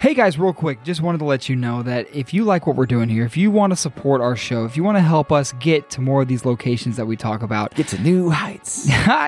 Hey guys, real quick, just wanted to let you know that if you like what we're doing here, if you want to support our show, if you want to help us get to more of these locations that we talk about, Get to new heights.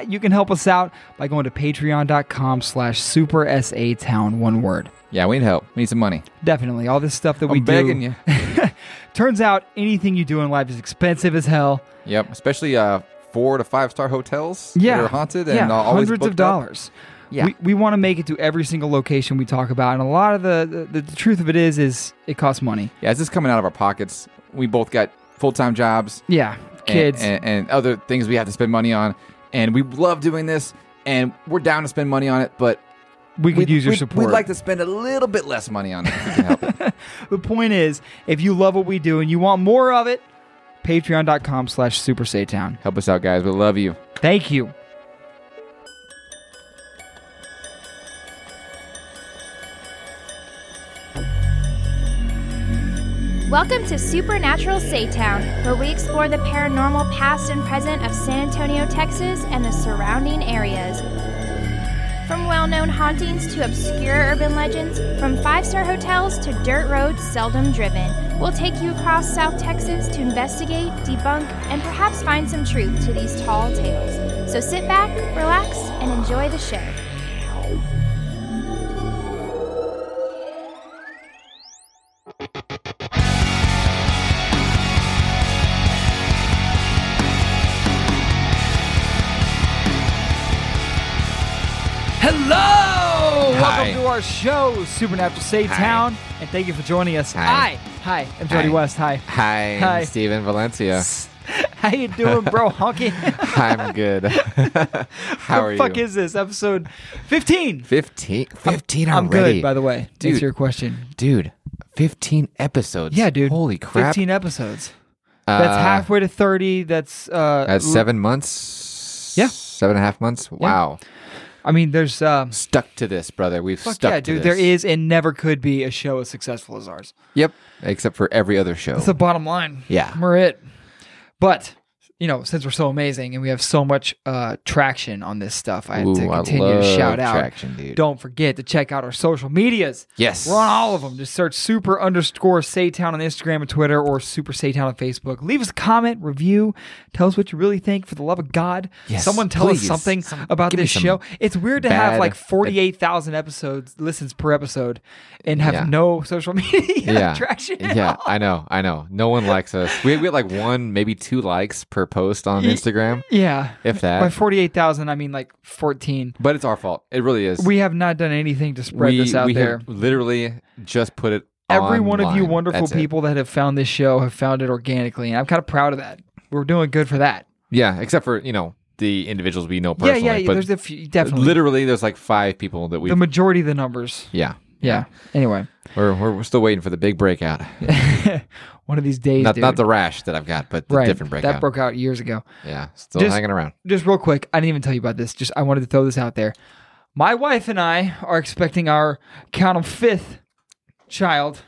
you can help us out by going to patreon.com slash super SA town, one word. yeah, we need help. We need some money. Definitely. All this stuff that we I'm begging do. you. Turns out anything you do in life is expensive as hell. Yep, especially uh, four to five star hotels Yeah. that are haunted and yeah. uh, always hundreds of booked up. dollars. Yeah. We, we want to make it to every single location we talk about. And a lot of the, the, the truth of it is, is it costs money. Yeah, this is coming out of our pockets. We both got full time jobs, Yeah. and- Kids. and, and, other things we have to spend money on, and we love doing this, and we're down to spend money on it, but we could we'd- use your we'd- support. We'd like to spend a little bit less money on it. If we can help it. The point is, if you love what we do and you want more of it, patreon.com slash super Satan. help us out, guys. We love you. Thank you. Welcome to Supernatural Saytown, where we explore the paranormal past and present of San Antonio, Texas, and the surrounding areas. From well known hauntings to obscure urban legends, from five star hotels to dirt roads seldom driven, we'll take you across South Texas to investigate, debunk, and perhaps find some truth to these tall tales. So sit back, relax, and enjoy the show. Hello! Hi. Oh, Welcome to our show, Supernatural Satan. And thank you for joining us. Hi. Hi. Hi. I'm Jody Hi. West. Hi. Hi, I'm Hi. Steven Valencia. How you doing, bro, honky? I'm good. How what the fuck is this? Episode 15. 15, 15 I'm good, by the way. To Dude. answer your question. Dude, 15 episodes. Yeah, dude. Holy crap. Uh, 15 episodes. That's halfway to 30. That's, uh, That's l- seven months. Yeah. Seven and a half months. Wow. I mean, there's, um, Stuck to this, brother. We've fuck stuck yeah, to dude. this. There is and never could be a show as successful as ours. Yep. Except for every other show. That's the bottom line. Yeah. We're it. But, you know, since we're so amazing and we have so much uh, traction on this stuff, I had to Ooh, I continue to love shout out. traction, dude. Don't forget to check out our social medias. Yes. We're on all of them. Just search super underscore Saytown on Instagram and Twitter or super Saytown on Facebook. Leave us a comment, review. Tell us what you really think for the love of God. Yes, Someone tell us please. something Some- about give me this some show. It's weird to have bad- like 48,000 episodes, listens per episode, and have Yeah. no social media yeah. traction. at Yeah, all. I know, I know. No one likes us. We, we had like one, maybe two likes per post on Ye- Instagram, Yeah. if By that. 48,000, I mean like 14. But it's our fault. It really is. We have not done anything to spread we, this out we there. Have literally just put it. Every one of you online. wonderful That's it. people that have found this show have found it organically, and I'm kind of proud of that. We're doing good for that. Yeah, except for you know the individuals we know personally. yeah, yeah. but there's a few, definitely. literally there's like five people that we. the majority of the numbers. yeah, Yeah. Anyway, we're, we're we're still waiting for the big breakout. one of these days, Not dude. not the rash that I've got, but the right, different breakout. That broke out years ago. yeah, still Just- hanging around. Just real quick, I didn't even tell you about this. Just I wanted to throw this out there. My wife and I are expecting our count of fifth child.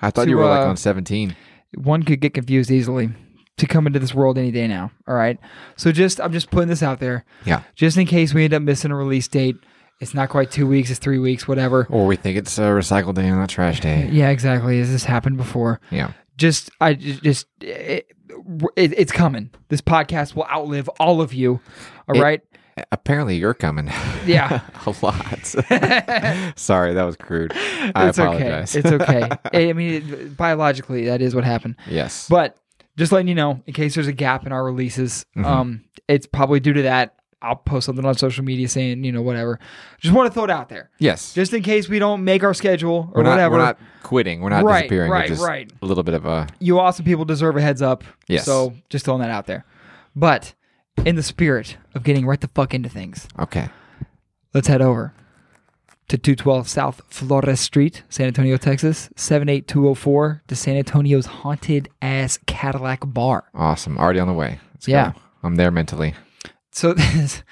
I thought to, you were like uh, on seventeen. one could get confused easily to come into this world any day now. All right. So just I'm just putting this out there. Yeah, Just in case we end up missing a release date. It's not quite two weeks, it's three weeks, whatever. or we think it's a recycle day and not trash day. Yeah, exactly. This has happened before. Yeah, Just I j- just it, it, it's coming. This podcast will outlive all of you. All It- right. apparently you're coming Yeah. a lot. Sorry, that was crude. I it's okay. apologize. It's okay. I mean, it, biologically, that is what happened. yes, But just letting you know, in case there's a gap in our releases, Mm-hmm. um, it's probably due to that. I'll post something on social media saying, you know, whatever. Just want to throw it out there. yes, Just in case we don't make our schedule or we're not whatever. we're not quitting. We're not Right, disappearing. right, we're just right. A little bit of a You awesome people deserve a heads up. Yes. So just throwing that out there. But in the spirit of getting right the fuck into things, okay. let's head over to 212 South Flores Street, San Antonio, Texas, 78204 to San Antonio's haunted ass Cadillac bar. Awesome. Already on the way. Let's Yeah. go. I'm there mentally. So this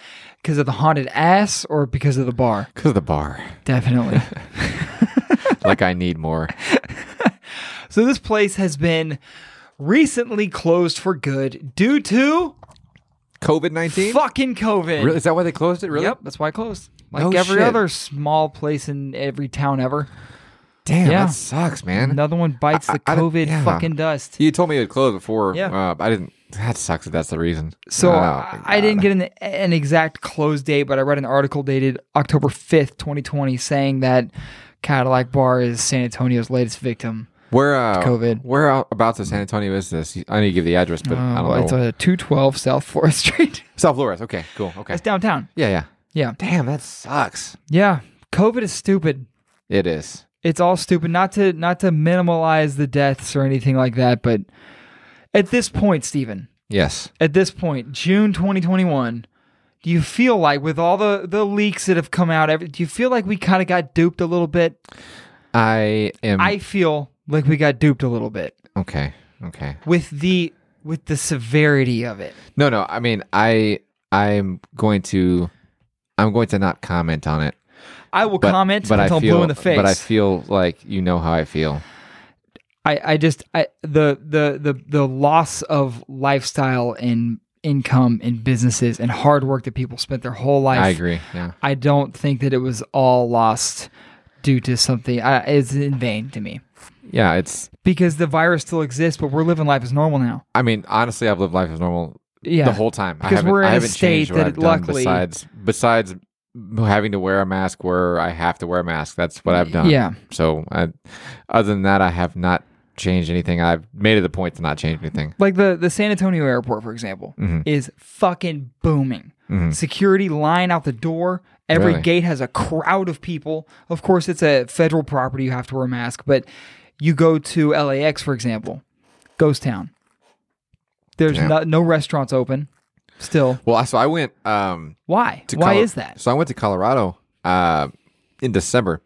because of the haunted ass or because of the bar? Because of the bar. Definitely. like I need more. so this place has been recently closed for good due to COVID 19? fucking COVID. Really? Is that why they closed it? Really? Yep, that's why it closed. Like No every shit. other small place in every town ever. Damn, Yeah. that sucks, man. Another one bites I- the I- I don't- COVID yeah. fucking dust. You told me it would close before. Yeah. Uh, I didn't. That sucks that that's the reason. So Oh, I, I didn't get an, an exact close date, but I read an article dated October 5th, 2020, saying that Cadillac Bar is San Antonio's latest victim. Where uh, COVID. Where about to San Antonio is this? I need to give the address, but I don't Uh, It's know. uh 212 South Forest Street. South Flores. Okay, cool. Okay. That's downtown. Yeah, yeah. Yeah. Damn, that sucks. Yeah. COVID is stupid. It is. It's all stupid. Not to not to minimalize the deaths or anything like that, but at this point, Stephen, Yes. at this point, June 2021, do you feel like with all the the leaks that have come out, every, do you feel like we kind of got duped a little bit? Hmm. I am. I feel like we got duped a little bit okay. Okay. with the with the severity of it. No, no. I mean, I. I'm going to. I'm going to not comment on it. I will But, comment but until I feel, I'm blue in the face. But I feel like you know how I feel. I, I just I the the the the loss of lifestyle and income and businesses and hard work that people spent their whole life. I agree. Yeah. I don't think that it was all lost due to something. I, it's in vain to me Yeah. It's. because the virus still exists, but we're living life as normal now. I mean, honestly, I've lived life as normal Yeah, the whole time. I Because haven't, we're in I a haven't state changed what that I've done luckily- besides besides having to wear a mask where I have to wear a mask. That's what I've done. Yeah. So I, other than that, I have not changed anything. I've made it a point to not change anything. like the the San Antonio airport, for example, Mm-hmm. is fucking booming. Security line out the door. Every Really? gate has a crowd of people. Of course, it's a federal property; you have to wear a mask. But you go to LAX, for example, ghost town. There's Damn. no, no restaurants open. Still, Well, I- so I went. Um, why? to Why Colo- is that? So I went to Colorado uh, in December.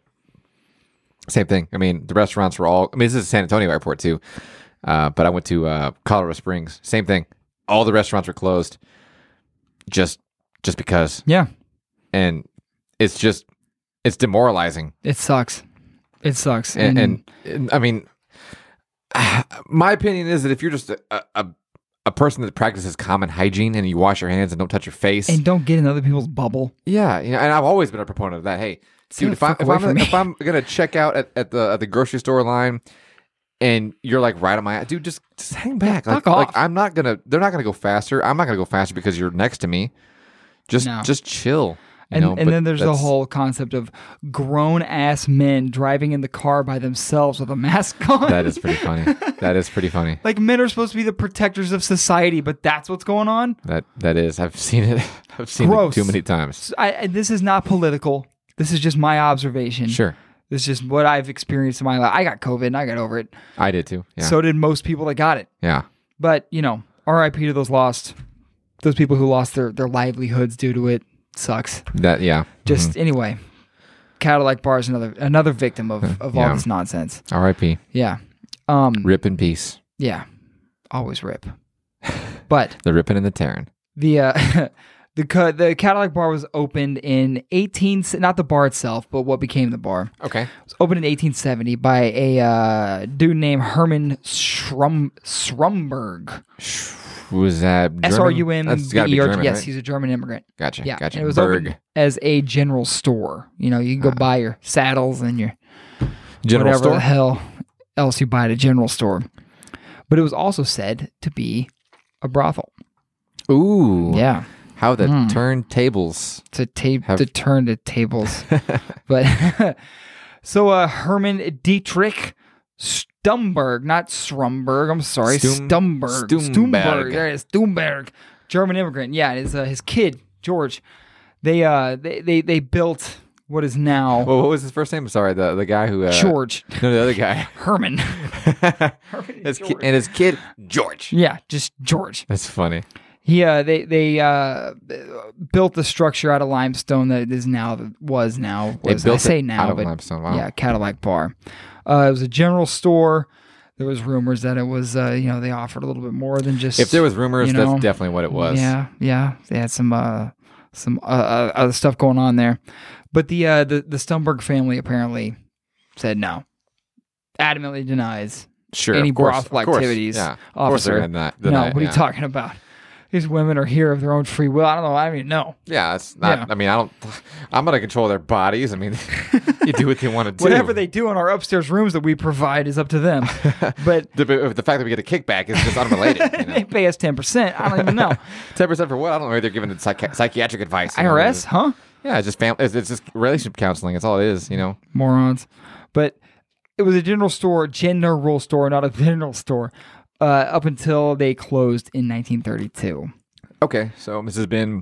Same thing. I mean, the restaurants were all. I mean, this is San Antonio Airport too, uh, but I went to uh, Colorado Springs. Same thing. All the restaurants were closed. Just, just because. Yeah, and it's just it's demoralizing it sucks. It sucks. and, and, and i mean my opinion is that if you're just a, a a person that practices common hygiene and you wash your hands and don't touch your face and don't get in other people's bubble. yeah you know, and i've always been a proponent of that hey Stay dude the if, I, fuck if, away I'm, from me. if i'm gonna check out at, at the at the grocery store line and you're like right on my dude just just hang back like, fuck off. like i'm not gonna they're not gonna go faster i'm not gonna go faster because you're next to me just No. just chill you And, know, and but then there's the that's- whole concept of grown ass men driving in the car by themselves with a mask on. that is pretty funny that is pretty funny like men are supposed to be the protectors of society, but that's what's going on. That that is. I've seen it. I've seen Gross. it too many times. So I, I- this is not political. This is just my observation. Sure, This is just what I've experienced in my life. I got COVID and I got over it. I did too. Yeah, So did most people that got it. yeah, But you know, R.I.P. to those lost, those people who lost their their livelihoods due to it. Sucks. that yeah. Just anyway, Cadillac Bar is another another victim of of all Yeah. this nonsense. R.I.P. Yeah. Um Rip in peace. yeah. Always rip. but The ripping and the tearing. the uh the ca- the Cadillac bar was opened in 18 not the bar itself, but what became the bar. Okay. It was opened in 1870 by a uh dude named Herman Schrum Schrumberg. Was that German? S R U M That's B gotta be E R German, G. Yes, right? he's a German immigrant. Gotcha. Yeah. Gotcha. And it was Berg. opened as a general store. You know, you can go buy your saddles and your Ah. General whatever store. the hell else you buy at a general store. But it was also said to be a brothel. Ooh. Yeah, Hmm. How the turntables. to tape Have- to turn the tables. but so uh, Herman Dietrich Stumberg, not Schrumberg. I'm sorry, Stum- Stumberg. Stumberg. There it is, Stumberg, German immigrant. Yeah, and his uh, his kid George. They uh they they they built what is now Well, what was his first name? Sorry, the the guy who. Uh, George No, the other guy. Herman. his kid, and his kid George. yeah, just George. That's funny. He uh, they they uh, built the structure out of limestone that is now was now They was, I built say it now out of but limestone. Wow. yeah Cadillac Bar. Uh, it was a general store. There was rumors that it was uh, you know they offered a little bit more than just If there was rumors, You know, that's definitely what it was. yeah yeah they had some uh some uh, uh, other stuff going on there, but the uh, the the Stumberg family apparently said no, adamantly denies Sure. any of course, brothel of course, activities. Yeah. Of course officer. they're gonna not no, deny it, what are you yeah. talking about? these women are here of their own free will. I don't know. I don't even know. Yeah, it's not. Yeah. I mean, I don't. I'm gonna control their bodies. I mean, you do what they want to do. Whatever they do in our upstairs rooms that we provide is up to them. but The, the fact that we get a kickback is just unrelated. you they know? pay us ten percent. I don't even know. Ten percent for what? I don't know. They're giving it psychi- psychiatric advice. you know? IRS, huh? Yeah, it's just family. It's, it's just relationship counseling. It's all it is. You know. morons. But it was a general store, general store, not a general store, uh, up until they closed in 1932. Okay, so this has Been been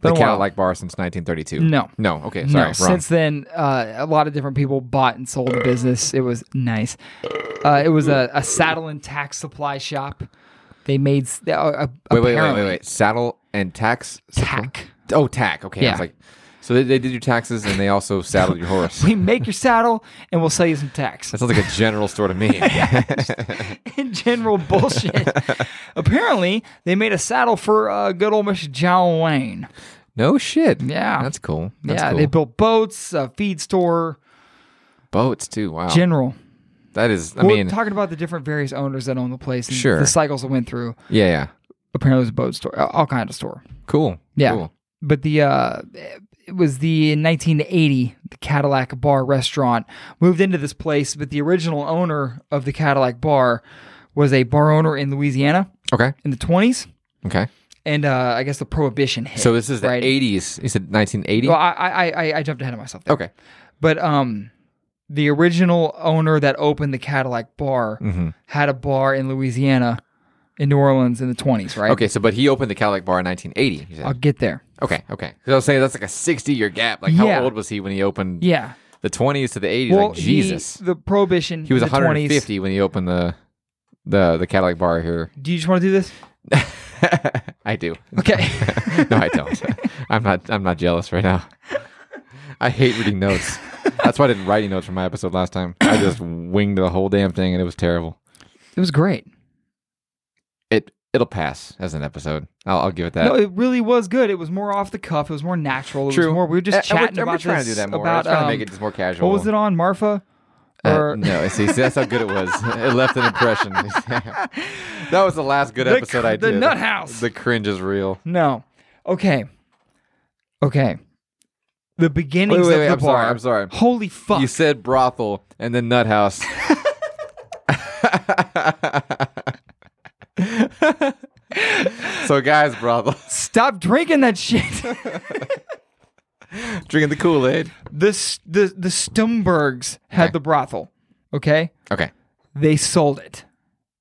the a while. Cadillac bar since 1932. No. No. Okay. Sorry. no, wrong. since then, uh, a lot of different people bought and sold the business. It was nice. Uh, it was a, a saddle and tack supply shop. They made s- uh, uh, wait, wait, wait, wait, apparently- wait. Saddle and tax. tack. Oh, tack. Okay. I Yeah. was like, so they, they did your taxes and they also saddled your horse. We make your saddle and we'll sell you some tacks. That sounds like a general store to me. in general bullshit. Apparently, they made a saddle for uh, good old Mr. John Wayne. no shit. Yeah. That's cool. That's yeah, cool. they built boats, a feed store, boats too. Wow. general. that is. Oh, I We're mean, talking about the different various owners that own the place. And Sure. The cycles that went through. yeah, yeah. Apparently, it was a boat store, all kind of store. Cool. Yeah. Cool. But the uh, it was the in 1980 the Cadillac Bar restaurant moved into this place. But the original owner of the Cadillac Bar was a bar owner in Louisiana Okay. in the 20s, Okay. and uh, I guess the Prohibition hit. So this is the right? 80s. You said 1980. Well, I, I I I jumped ahead of myself. There. okay. But um, the original owner that opened the Cadillac Bar Mm-hmm. had a bar in Louisiana, in New Orleans in the twenties, right? Okay. So, but he opened the Cadillac bar in 1980. you said. I'll get there. Okay. Okay. Because I was saying that's like a 60 year gap. Like, how Yeah. old was he when he opened? Yeah. The 20s to the 80s. like he- Jesus. He, the prohibition. was in the 150 when he opened the the the Cadillac bar here. 20s. Do you just want to do this? I do. Okay. no, I don't. I'm not. I'm not jealous right now. I hate reading notes. That's why I didn't write any notes from my episode last time. I just winged the whole damn thing, and it was terrible. it was great. It it'll pass as an episode. I'll, I'll give it that. No, it really was good. It was more off the cuff. It was more natural. It was more. We were just Uh, And- chatting and we're, and we're about trying this. to do that more. About we're trying to um, make it just more casual. what was it on Marfa? Uh, Or no, see, see, that's how good it was. It left an impression. that was the last good The episode cr- I the did. nut house. The cringe is real. no. Okay. Okay. The beginnings Wait, wait, of wait, the I'm bar. sorry, I'm sorry. Holy fuck! You said brothel and then nut house. so guys, brothel, Stop drinking that shit. drinking the Kool Aid. the S- the the Stumbergs had Okay. the brothel. Okay, Okay, they sold it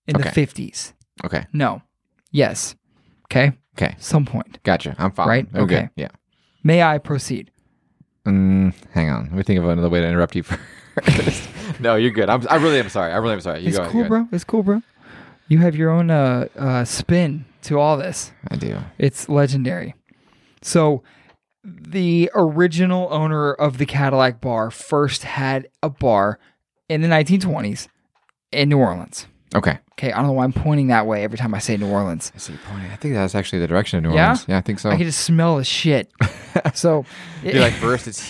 in the Okay. fifties. okay, No, yes, okay, okay. some point. Gotcha. I'm fine. Right? I'm Okay. Good. Yeah. May I proceed? Mm, hang on. Let me think of another way to interrupt you first. no, you're good. I'm, I really am sorry. I really am sorry. You it's go. you cool, go. bro. It's cool, bro. You have your own uh, uh, spin to all this. I do. It's legendary. So, the original owner of the Cadillac Bar first had a bar in the 1920s in New Orleans. Okay. Okay, I don't know why I'm pointing that way every time I say New Orleans. I see your point. I think that's actually the direction of New Yeah? Orleans. Yeah, I think so. I can just smell the shit. so, You're like "Mm, first it's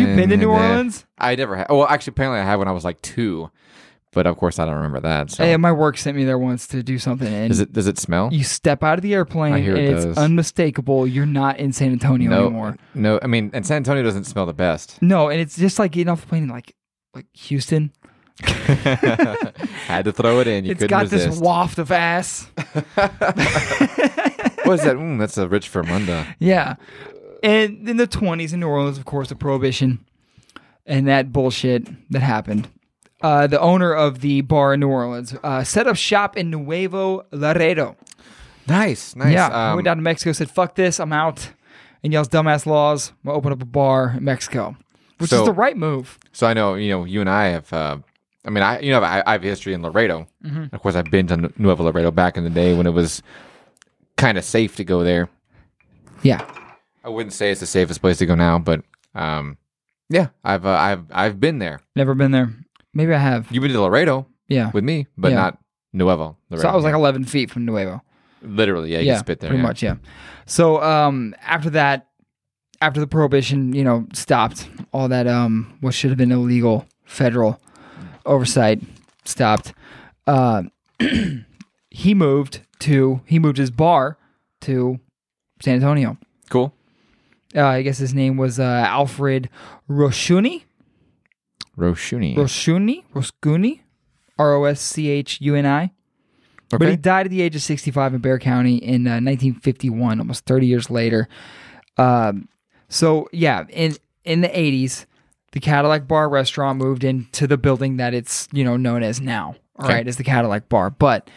Have you been to New and then- Orleans? I never had. Well, actually, apparently I had when I was like two, but of course I don't remember that. So eh, my work sent me there once to do something, and does it does it smell? you step out of the airplane, I hear and it it's does. unmistakable. You're not in San Antonio no, anymore. no. I mean, and San Antonio doesn't smell the best. No, and it's just like getting off the plane, in, like like Houston. had to throw it in. You it's couldn't got resist. this waft of ass. what is that? Mm, that's a rich Vermunda. Yeah, and in the 20s in New Orleans, of course, the prohibition and that bullshit that happened. Uh, the owner of the bar in New Orleans uh, set up shop in Nuevo Laredo. Nice, nice. Yeah, Um, went down to Mexico, said "fuck this, I'm out," and y'all's dumbass laws. We'll open up a bar in Mexico, which is So- the right move. So I know you know you and I have. Uh, I mean, I you know I, I have history in Laredo. Mm-hmm. Of course, I've been to Nuevo Laredo back in the day when it was kind of safe to go there. Yeah, I wouldn't say it's the safest place to go now, but um, yeah, I've uh, I've I've been there. never been there. Maybe I have. You've been to Laredo Yeah. with me, but Yeah. not Nuevo. So Laredo. I was like 11 feet from Nuevo. literally, yeah, you yeah, can spit there, pretty yeah. much. Yeah. So um, after that, after the prohibition, you know, stopped all that um, what should have been illegal federal oversight stopped. Uh, he moved to he moved his bar to San Antonio. Cool. Uh, I guess his name was uh, Alfred Roshuni. Roshuni. Roshuni? Roskuni? R O S C H U N I. But he okay. died at the age of 65 in Bear County in uh, 1951, almost 30 years later. Um, so yeah, in in the 80s, the Cadillac Bar restaurant moved into the building that it's you know known as now. All right, Okay. as the Cadillac Bar. But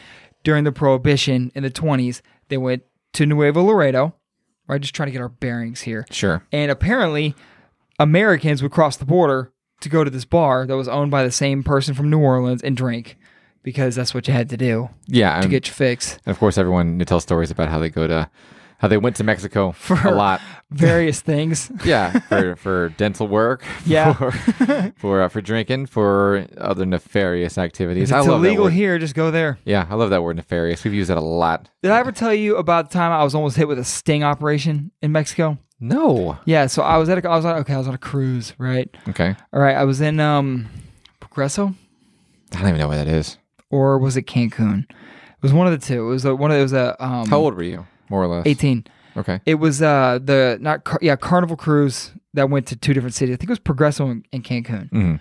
during the Prohibition in the 20s, they went to Nuevo Laredo. Right, just trying to get our bearings here. Sure. And apparently, Americans would cross the border to go to this bar that was owned by the same person from New Orleans and drink because that's what you had to do Yeah. to and- get your fix. And of course, everyone they tell stories about how they go to, how they went to Mexico for a lot. Various things. Yeah, for for dental work. Yeah. For for, uh, for drinking, for other nefarious activities. If I it's love that illegal word. here, just go there. Yeah, I love that word nefarious. We've used that a lot. Did I ever tell you about the time I was almost hit with a sting operation in Mexico? No. Yeah, so I was at a, I was on, okay, I was on a cruise, right? Okay. All right, I was in um Progreso I don't even know what that is. or was it Cancun? It was one of the two. It was a, one of those uh, um How old were you, more or less? 18. Okay. It was uh the not car- yeah Carnival cruise that went to two different cities. I think it was Progreso and, and Cancun. Mhm.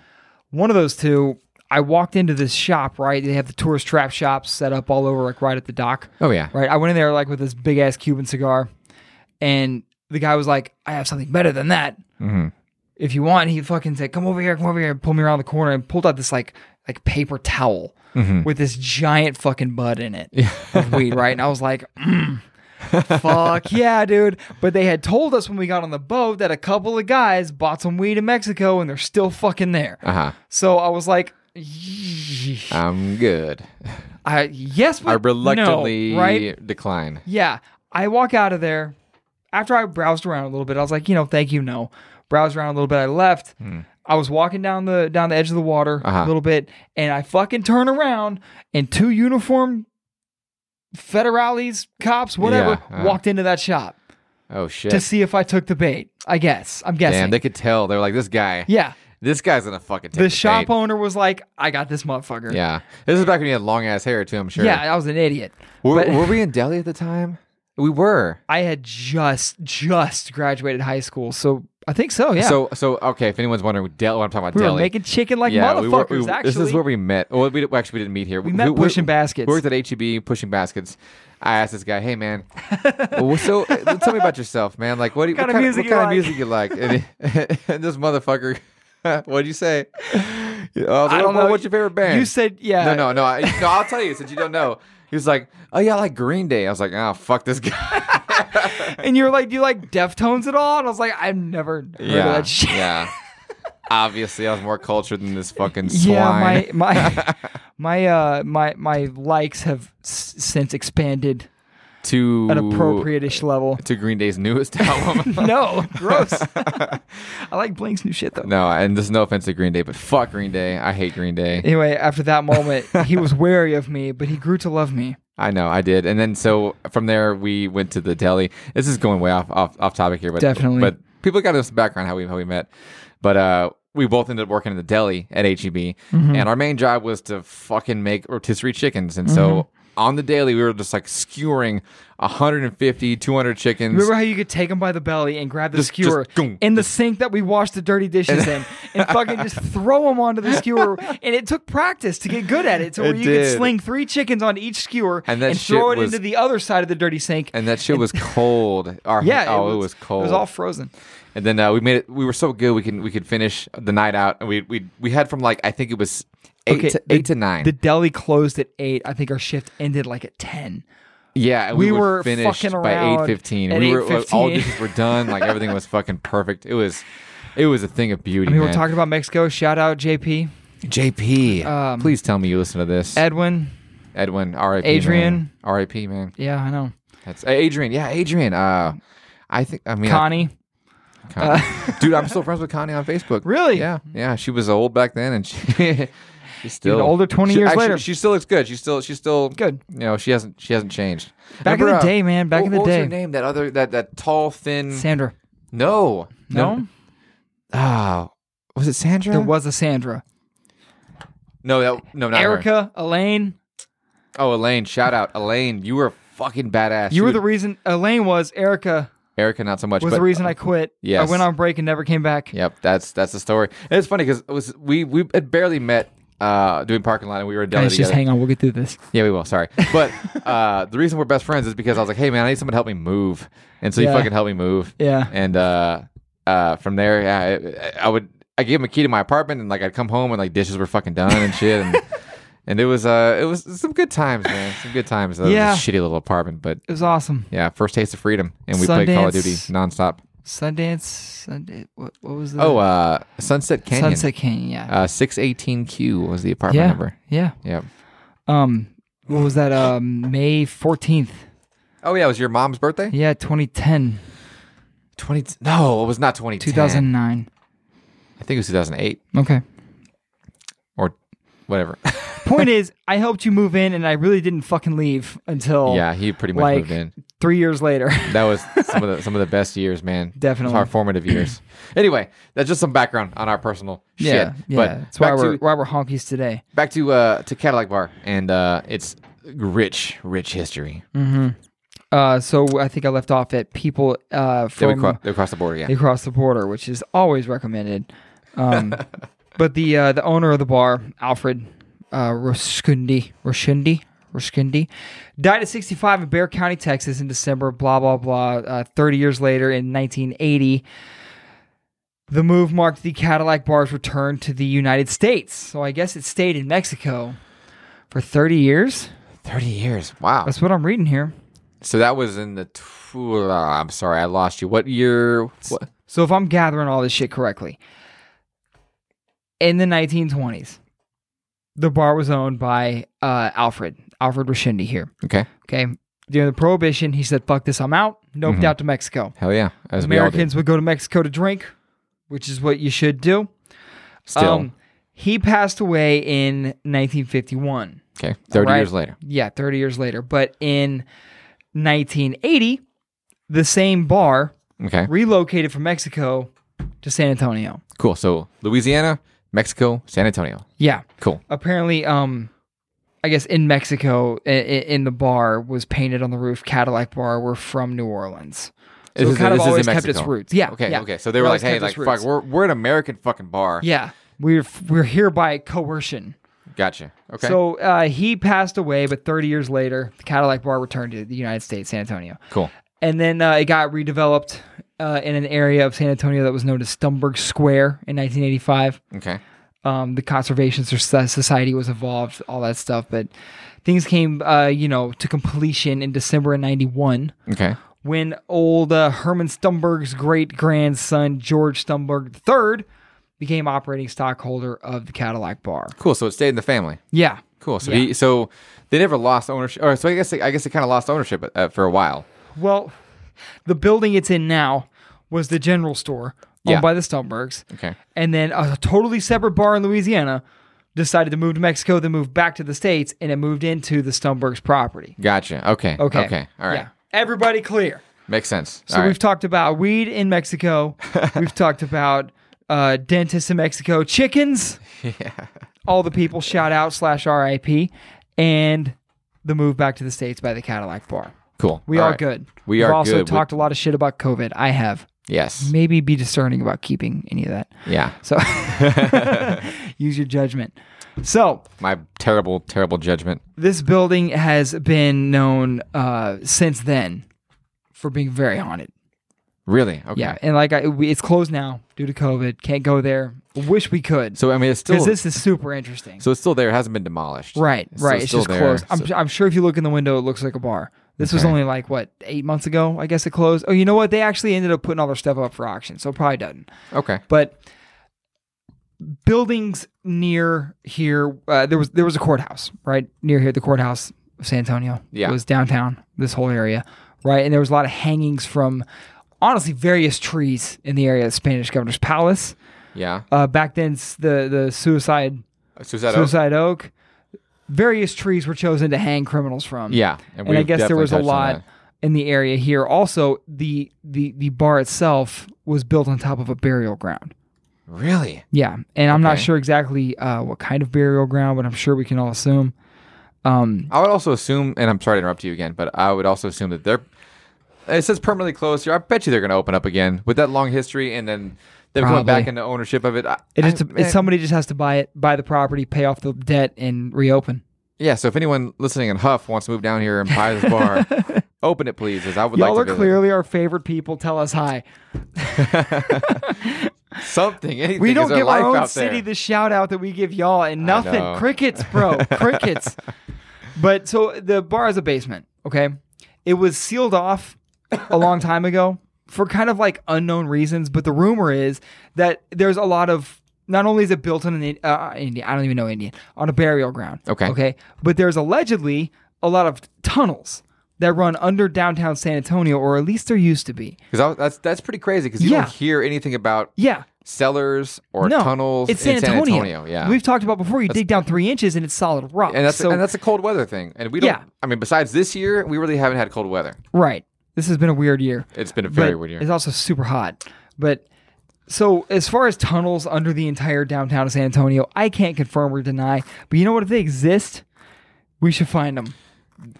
One of those two. I walked into this shop. Right, they have the tourist trap shops set up all over, like right at the dock. Oh yeah. Right, I went in there like with this big ass Cuban cigar, and the guy was like, "I have something better than that. Mhm. If you want." He fucking said, "Come over here, come over here," and pulled me around the corner and pulled out this like like paper towel Mm-hmm. with this giant fucking bud in it of weed, right? And I was like, mm, fuck yeah, dude. But they had told us when we got on the boat that a couple of guys bought some weed in Mexico and they're still fucking there. Uh huh. So I was like, "Yeesh." I'm Um, good. I yes, but I reluctantly reluctantly no, right? decline. Yeah, I walk out of there after I browsed around a little bit. I was like, you know, thank you, no. Browsed around a little bit. I left. I was walking down the down the edge of the water a Hmm. Uh-huh. little bit, and I fucking turn around, and two uniformed federales, cops, whatever, Yeah, uh-huh. walked into that shop Oh shit. to see if I took the bait. I guess. I'm guessing. Damn, they could tell. They were like, this guy. yeah. This guy's gonna fucking take The shop bait. owner was like, "I got this motherfucker." Yeah. This is back when you had long ass hair too. I'm sure. Yeah, I was an idiot. Were, But- were we in Delhi at the time? We were. I had just just graduated high school, so I think so. Yeah. So so okay. If anyone's wondering, Delhi. What I'm talking about, We Delhi. were making chicken like yeah, we were, motherfuckers. we- actually, this is where we met. Well, we didn't- actually we didn't meet here. We met pushing baskets. We worked at HEB pushing baskets. I asked this guy, "Hey man, well, so uh, tell me about yourself, man. Like, what, do you- What what kind of music what kind of you music you like?" And, he- and this motherfucker, what'd you say? I, was like, don't "Well, know. What's your favorite band? You said- yeah. No, no, no. I, no I'll tell you since you don't know. He was like, "Oh yeah, I like Green Day." I was like, "Oh fuck this guy." and you're like, do you like Deftones at all? And I was like, I've never heard of that shit. yeah. Obviously, I was more cultured than this fucking swine. Yeah, my my my uh my my likes have s- since expanded to an appropriate-ish level. to Green Day's newest album. No, gross. I like Blink's new shit though. no, and this is no offense to Green Day, but fuck Green Day. I hate Green Day. Anyway, after that moment, he was wary of me, but he grew to love me. I know, I did. And then so from there we went to the deli. This is going way off off, off topic here, but Definitely. But people got us background how we how we met. But uh we both ended up working in the deli at HEB, Mm-hmm. and our main job was to fucking make rotisserie chickens. And so Mm-hmm. on the daily, we were just like skewering 150, 200 chickens. Remember how you could take him by the belly and grab the Just- just skewer goom. in the sink that we washed the dirty dishes in, and fucking just throw them onto the skewer. And it took practice to get good at it, so where It you could did. sling three chickens on each skewer And that shit throw it was- into the other side of the dirty sink. and that shit was cold. Our, yeah, oh, it was, cold. It was all frozen. And then uh, we made it. We were so good. We can we could finish the night out, and we we we had from like I think it was eight Okay, to the- eight to nine. The deli closed at eight. I think our shift ended like at ten. yeah, and we would were finished fucking by around eight fifteen. at We were like, all 8:15. dishes were done. Like everything was fucking perfect. It was it was a thing of beauty. I mean, man. we're talking about Mexico. Shout out JP, JP. Um, please tell me you listen to this. Edwin. Edwin, R.I.P. Adrian. man. R.I.P. Man, Yeah, I know. that's uh, Adrian. Yeah, Adrian. Uh, I think I mean I- Connie. Connie. dude, I'm still friends with Connie on uh, Facebook. Really? Yeah, yeah. She was old back then, and she, she's still older 20 she- years actually, later. She still looks good. She's still she's still Good. You know, she hasn't she hasn't changed. uh, Back in the day, man, back what, in the what was day. her name? That other that that tall thin. Sandra. no, No, Ah, was it Sandra? there was a Sandra. no, that, no, Uh-huh. not her. Erica, Elaine. Oh, Elaine. Shout out, Elaine. You were fucking badass. She You were would- the reason. Elaine was. Erica Erica, not so much. was but, uh, the reason I quit. yes. I went on break and never came back. Yep, that's that's the story. And it's funny because was we we had barely met uh doing parking lot and we were done Guys, just together. hang on. We'll get through this. yeah, we will. Sorry, but uh the reason we're best friends is because I was like, hey man, I need someone to help me move, and so you Yeah. fucking helped me move. Yeah. and uh uh from there, yeah, I, I would I gave him a key to my apartment and like I'd come home and like dishes were fucking done and shit and. And it was uh, it was some good times, man. Some good times. That Yeah. was a shitty little apartment, but It was awesome. yeah, first taste of freedom, and we played Call of Duty Sundance. nonstop. Sundance. Sunday. What, what was the Oh, uh, Sunset Canyon. Sunset Canyon? Yeah. Uh, 618Q was the apartment yeah. number. Yeah. Yeah. Um. What was that? Um. May fourteenth. Oh yeah, it was your mom's birthday? Yeah. 2010. Twenty? No, it was not twenty. 2009. I think it was two thousand eight Okay. or whatever. Point is, I helped you move in, and I really didn't fucking leave until yeah, he pretty much like moved in. three years later. That was some of the some of the best years, man. Definitely. our formative years. anyway, that's just some background on our personal yeah, shit. yeah. but That's why back we're to why we're honkies today. back to uh to Cadillac Bar and uh it's rich rich history. Mm-hmm. Uh, so I think I left off at people uh, They would from cro- they would cross the border, yeah. they cross the border, which is always recommended. Um, but the uh, the owner of the bar, Alfred uh, Ruskundi, Ruskundi, Ruskundi, died at 65 in Bear County, Texas, in December. Blah blah blah. Uh, 30 years later, in 1980. The move marked the Cadillac bar's return to the United States. So I guess it stayed in Mexico for 30 years. Thirty years. Wow. That's what I'm reading here. so that was in the. T- I'm sorry, I lost you. What year? What? So if I'm gathering all this shit correctly, in the 1920s, the bar was owned by uh, Alfred, Alfred Rashindi here. Okay. Okay. During the Prohibition, he said, fuck this, I'm out. Noped out to Mexico. Hell yeah. Mm-hmm. As we all did. Americans would go to Mexico to drink, which is what you should do. Still. um, he passed away in 1951. okay. 30 right? years later. Yeah, 30 years later. But in 1980, the same bar Okay. relocated from Mexico to San Antonio. Cool. So Louisiana, Mexico, San Antonio. Yeah. Cool. Apparently, um, I guess in Mexico, in, in the bar was painted on the roof. Cadillac Bar. We're from New Orleans. So This it is- kind of this is in always kept its Mexico. roots. Yeah. Okay. yeah. Okay. So they were It always like, hey, kept its like, fuck, roots. we're, we're an American fucking bar. yeah, we're we're here by coercion. Gotcha. Okay. So uh, he passed away, but 30 years later, the Cadillac Bar returned to the United States, San Antonio. cool. And then uh, it got redeveloped uh, in an area of San Antonio that was known as Stumberg Square in 1985. Okay. um, the conservation Soc- society was involved, all that stuff. But things came, uh, you know, to completion in December of '91 Okay. when old uh, Herman Stumberg's great grandson George Stumberg III became operating stockholder of the Cadillac Bar. Cool. So it stayed in the family. Yeah, Cool. So he, so they never lost ownership. Or so I guess I guess they kind of lost ownership uh, for a while. well, the building it's in now was the general store owned Yeah. by the Stumbergs. Okay. and then a totally separate bar in Louisiana decided to move to Mexico, then moved back to the states, and it moved into the Stumbergs property. Gotcha. Okay. Okay. Okay. All right. Yeah. Everybody clear. Makes sense. So All we've right. talked about weed in Mexico. we've talked about uh, dentists in Mexico, chickens. Yeah. All the people shout out slash RIP, and the move back to the states by the Cadillac Bar. cool. We All are right. good. We We've are also good. We- talked a lot of shit about COVID. I have. Yes. Maybe be discerning about keeping any of that. Yeah. So use your judgment. So My terrible, terrible judgment. this building has been known uh, since then for being very haunted. Really? Okay. Yeah, and like I, we, it's closed now due to COVID. Can't go there. Wish we could So I mean, it's still because this is super interesting. so it's still there. It hasn't been demolished. right, So right. It's still just there. closed. I'm, So- I'm sure if you look in the window, it looks like a bar. This was only like what eight months ago, I guess it closed. Oh, you know what? They actually ended up putting all their stuff up for auction, so it probably doesn't. okay. But buildings near here, uh, there was there was a courthouse right near here. The courthouse of San Antonio Yeah. was downtown. This whole area, right, and there was a lot of hangings from honestly various trees in the area. of The Spanish governor's palace Yeah. uh, back then. s- The the suicide Suicide. Oak? suicide oak. Various trees were chosen to hang criminals from. Yeah, and, we've I guess there definitely was a touched on lot that. in the area here. Also, the the the bar itself was built on top of a burial ground. Really? Yeah, and I'm not Okay. sure exactly uh, what kind of burial ground, but I'm sure we can all assume. Um, I would also assume, and I'm sorry to interrupt you again, but I would also assume that they're. It says permanently closed here. I bet you they're going to open up again with that long history, and then they're going Probably. back into ownership of it. I, It I- eh, is man. it's somebody just has to buy it, buy the property, pay off the debt, and reopen. yeah. So if anyone listening in Huff wants to move down here and buy this bar, open it, please. As I would Y'all like to are visit. clearly our favorite people. Tell us hi. something. Anything We is don't our give life our own out city there. the shout out that we give y'all, and nothing. know. Crickets, bro. Crickets. But so the bar is a basement. Okay, it was sealed off a long time ago for kind of like unknown reasons. But the rumor is that there's a lot of not only is it built on an uh, Indian, I don't even know Indian, on a burial ground. Okay. Okay. But there's allegedly a lot of tunnels that run under downtown San Antonio, or at least there used to be. Because that's that's pretty crazy. Because you Yeah. don't hear anything about Yeah. cellars or no, tunnels It's San in Antonio. Yeah, we've talked about before. You dig down three inches and it's solid rock. and that's so, and that's a cold weather thing. And we don't. Yeah. I mean, besides this year, we really haven't had cold weather. right. This has been a weird year. It's been a very but weird year. It's also super hot. But so as far as tunnels under the entire downtown of San Antonio, I can't confirm or deny. But you know what? If they exist, we should find them.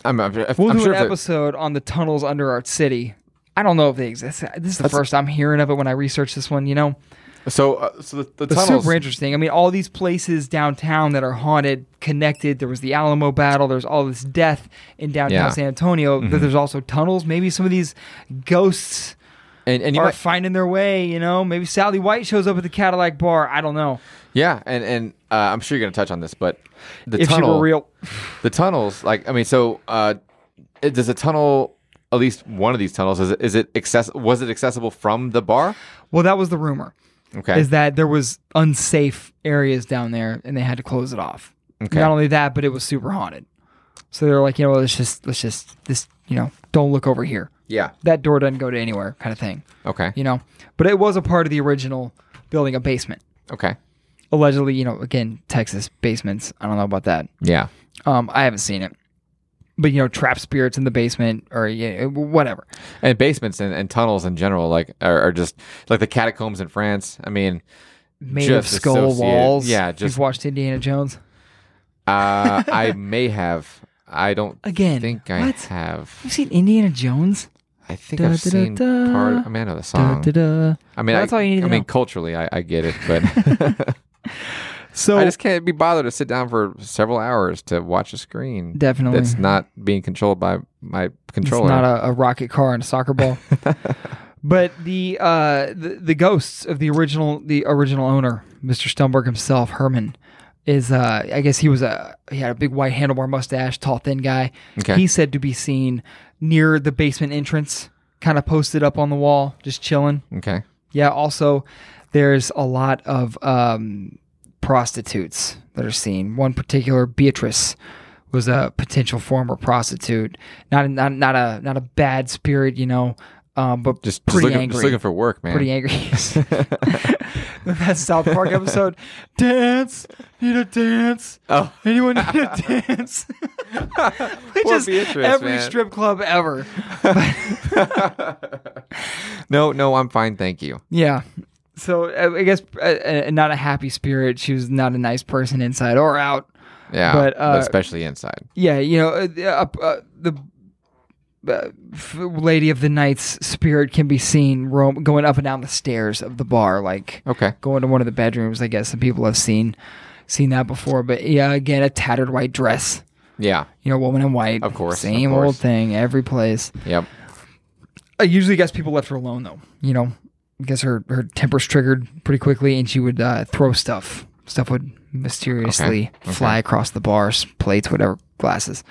I'm, I'm, I'm We'll do sure an if the- episode on the tunnels under our city. I don't know if they exist. This is the first I'm hearing of it when I researched this one. You know, So, uh, so the, the it's tunnels. super interesting. I mean, all these places downtown that are haunted, connected. There was the Alamo battle. There's all this death in downtown Yeah. Mm-hmm. San Antonio. But there's also tunnels. Maybe some of these ghosts and, and you are might, finding their way. You know, maybe Sally White shows up at the Cadillac bar. I don't know yeah, and and uh, I'm sure you're going to touch on this, but the if tunnel, she were real. the tunnels. Like, I mean, so uh, it- does the tunnel? At least one of these tunnels is it, is it access? Was it accessible from the bar? Well, that was the rumor. Okay, is that there was unsafe areas down there and they had to close it off. Not only that, but it was super haunted. So they're like, you know, let's just let's just this, you know, don't look over here. yeah. That door doesn't go to anywhere, kind of thing. Okay. You know, but it was a part of the original building a basement. Okay. Allegedly, you know, again, Texas basements. I don't know about that. Yeah. Um, I haven't seen it, but you know, trap spirits in the basement or yeah, eh, whatever. and basements and, and tunnels in general like are, are just like the catacombs in france i mean Made Just of skull associated- walls. yeah, you've just- watched Indiana Jones uh, i may have i don't again. think i what? have You've seen Indiana Jones? i think Da, i've da, da, seen da. part i mean i know Da, the song da, da. i mean That's I, all you need to I mean know. culturally i, I get it but So i just can't be bothered to sit down for several hours to watch a screen Definitely. that's not being controlled by my it's controller not a, a rocket car and a soccer ball. but the, uh, the the ghosts of the original the original owner, Mr. Stumberg himself, Herman, is uh, I guess he was a he had a big white handlebar mustache, tall, thin guy. Okay. He's said to be seen near the basement entrance, kind of posted up on the wall, just chilling. okay Yeah. Also, there's a lot of um, prostitutes that are seen. One particular, Beatrice, was a potential former prostitute. Not not not a not a bad spirit, you know, um, but just, just pretty looking, angry. just looking for work man pretty angry. That's South Park episode. Dance, need a dance. oh Anyone need a dance? Which Poor is Beatrice, every man. strip club ever. no no i'm fine thank you Yeah. So I I guess uh, uh, not a happy spirit. She was not a nice person inside or out. yeah But, uh, especially inside Yeah, you know, uh, the- uh, uh, the uh, f- lady of the night's spirit can be seen roam- going up and down the stairs of the bar, like okay going to one of the bedrooms. I guess some people have seen seen that before. But yeah, again, a tattered white dress. yeah You know, woman in white. Of course, of same course. old thing every place. yep I usually guess people left her alone though. You know, I guess her her temper's triggered pretty quickly, and she would uh, throw stuff. Stuff would mysteriously fly across the bars, plates, whatever, glasses.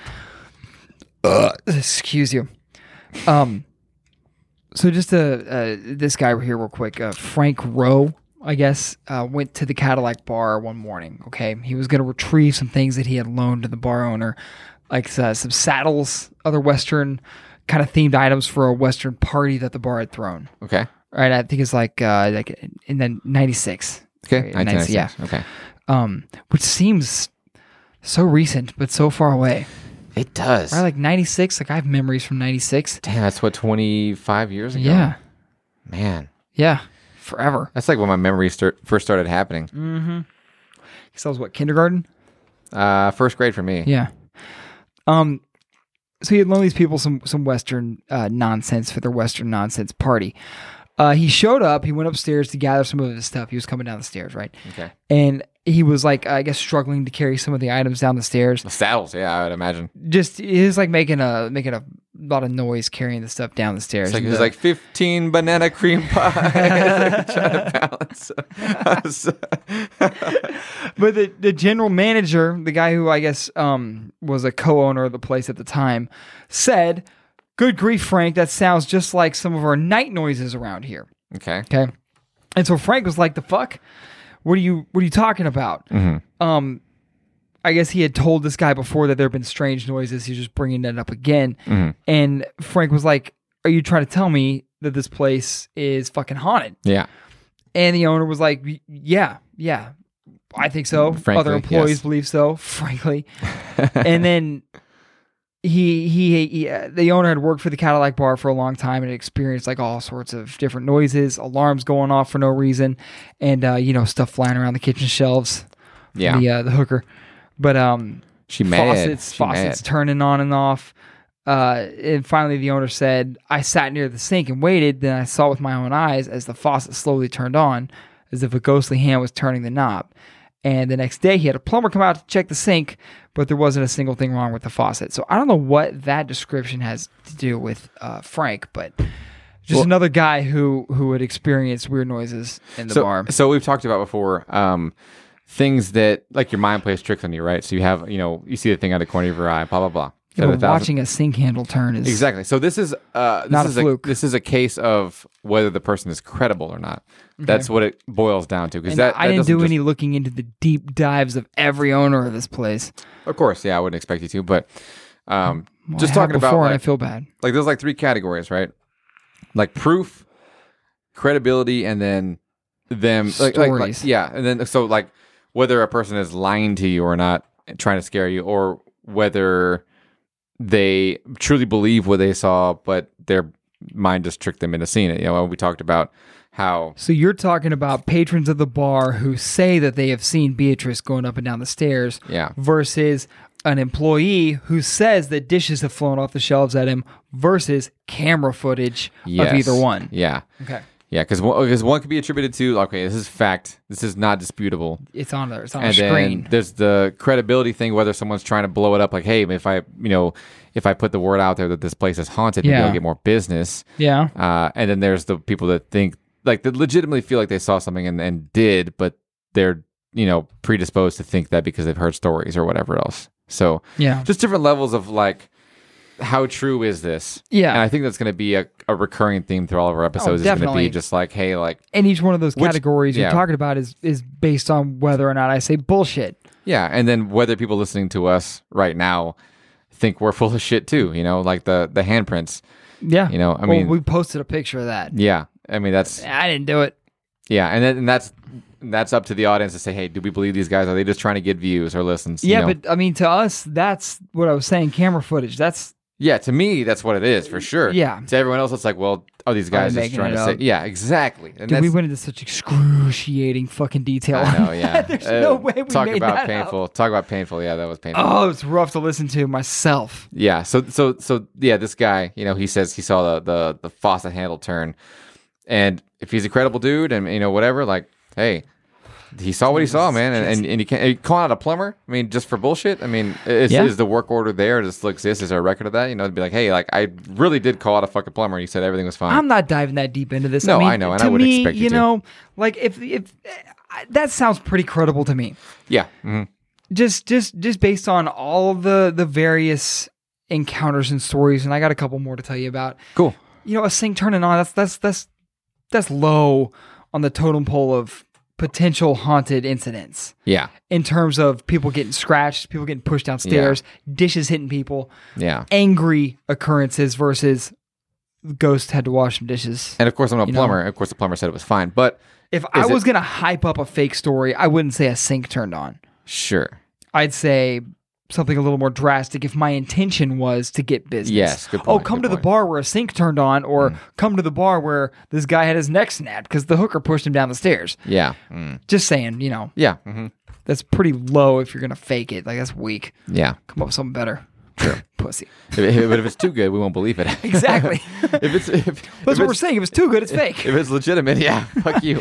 Ugh, excuse you. Um. So just uh, uh this guy here real quick, uh, Frank Rowe, I guess, uh, went to the Cadillac bar one morning. Okay, he was going to retrieve some things that he had loaned to the bar owner, like uh, some saddles, other Western kind of themed items for a Western party that the bar had thrown. okay Right, I think it's like uh, like in the '96. Okay, Nice, 1996. yeah. Okay. um, which seems so recent but so far away. It does. Right, like '96. Like I have memories from '96. Damn, that's what 25 years ago. Yeah, Man, yeah, forever. that's like when my memories start, first started Mm. happening. Because that was what kindergarten. Uh, first grade for me. Yeah. Um, so he'd loan these people some some Western uh, nonsense for their Western nonsense party. Uh, he showed up. He went upstairs to gather some of his stuff. He was coming down the stairs, right? Okay. And he was like, I guess, struggling to carry some of the items down the stairs. The saddles, yeah, I would imagine. Just he was like making a making a lot of noise carrying the stuff down the stairs. It's like, And it was the- like 15 banana cream pies. like trying to balance. I was- uh, but the, the general manager, the guy who I guess um, was a co owner of the place at the time, said, Good grief, Frank, that sounds just like some of our night noises around here. okay. Okay. And so Frank was like, The fuck? What are you what are you talking about? Mm-hmm. Um I guess he had told this guy before that there had been strange noises. He's just bringing that up again. And Frank was like, Are you trying to tell me that this place is fucking haunted? Yeah. And the owner was like, "Y- "Yeah, yeah, I think so. Frankly, Other employees yes. believe so, frankly." and then he he, he uh, the owner had worked for the Cadillac bar for a long time and experienced like all sorts of different noises, alarms going off for no reason, and uh, you know stuff flying around the kitchen shelves. from Yeah. the uh, the hooker, but um, She mad. faucets She faucets mad. turning on and off. Uh, and finally, the owner said, "I sat near the sink and waited. Then I saw with my own eyes as the faucet slowly turned on, as if a ghostly hand was turning the knob." And the next day, he had a plumber come out to check the sink, but there wasn't a single thing wrong with the faucet. So I don't know what that description has to do with uh, Frank, but just another guy who who had experienced weird noises in the so, bar. So we've talked about before um, things that like your mind plays tricks on you, right? So you have, you know, you see the thing out of the corner of your eye, blah blah blah. You Out know, of a thousand- watching a sink handle turn is Exactly. So this is uh, this Not a is fluke. this is a case of whether the person is credible or not. That's what it boils down to. Because And that, I that didn't doesn't do just- any looking into the deep dives of every owner of this place. Of course, yeah, I wouldn't expect you to, but um, Well, just I have talking about before, like, and I feel bad. like there's like three categories, right? Like proof, credibility, and then them like, like- like- Stories. yeah, and then so like whether a person is lying to you or not, and trying to scare you, or whether they truly believe what they saw, but their mind just tricked them into seeing it. You know, we talked about how So you're talking about patrons of the bar who say that they have seen Beatrice going up and down the stairs, Yeah. versus an employee who says that dishes have flown off the shelves at him, versus camera footage yes, of either one. yeah, Okay, yeah, because one, 'cause one could be attributed to okay, this is fact, this is not disputable. it's on there. It's on and the screen. then there's the credibility thing whether someone's trying to blow it up like hey if i you know if i put the word out there that this place is haunted maybe Yeah. i'll get more business yeah, uh, and then there's the people that think like that legitimately feel like they saw something and, and did but they're you know predisposed to think that because they've heard stories or whatever else so yeah. just different levels of like how true is this Yeah. and i think that's going to be a, a recurring theme through all of our episodes is going to definitely. be just like hey like And each one of those categories yeah. you're talking about is is based on whether or not I say bullshit. Yeah, and then whether people listening to us right now think we're full of shit too, you know, like the the handprints. Yeah, You know, I Well, mean- we posted a picture of that. Yeah, I mean that's I didn't do it. yeah, and then and that's that's up to the audience to say, hey, do we believe these guys? Are they just trying to get views or listens? you Yeah, know? but I mean, to us, that's what I was saying. Camera footage. That's yeah, to me that's what it is for sure. Yeah. to everyone else, it's like, well, are these guys they just making trying it to say? up? Yeah, exactly. And dude, that's we went into such excruciating fucking detail. I know, yeah. There's Uh, no way we talk made about that painful. Talk about painful. Yeah, that was painful. Oh, it's rough to listen to myself. Yeah. So so so yeah, this guy, you know, he says he saw the the the faucet handle turn, and if he's a credible dude, and you know whatever, like hey. He saw what he saw, man, and and, and you can't and you call out a plumber. I mean, just for bullshit. I mean, is, Yeah. is the work order there? Does it still exist? Is there a record of that? You know, it'd be like, hey, like I really did call out a fucking plumber. He said everything was fine. I'm not diving that deep into this. No, mean, I know, and to I would me, expect you you to. know, like if if I that sounds pretty credible to me. yeah, mhm. Just just just based on all the the various encounters and stories, and I got a couple more to tell you about. cool. you know, a sink turning on, that's that's that's that's low on the totem pole of potential haunted incidents Yeah, in terms of people getting scratched, people getting pushed downstairs, dishes hitting people, yeah. angry occurrences versus the ghost had to wash some dishes. And of course, I'm a know. plumber. Of course, the plumber said it was fine, but If I it- was gonna hype up a fake story, I wouldn't say a sink turned on. sure. I'd say something a little more drastic if my intention was to get business. Yes, good oh, point, come to good the point. Mm. bar where a sink turned on, or come to the bar where this guy had his neck snapped because the hooker pushed him down the stairs. Yeah, Mm. Just saying, you know, yeah, mhm. that's pretty low if you're going to fake it. Like, that's weak. yeah. Come up with something better. Pussy. If- if- but if it's too good, we won't believe it. Exactly. if it's if, if That's it's, what we're saying. If it's too good, it's fake. If it's legitimate, yeah. Fuck you,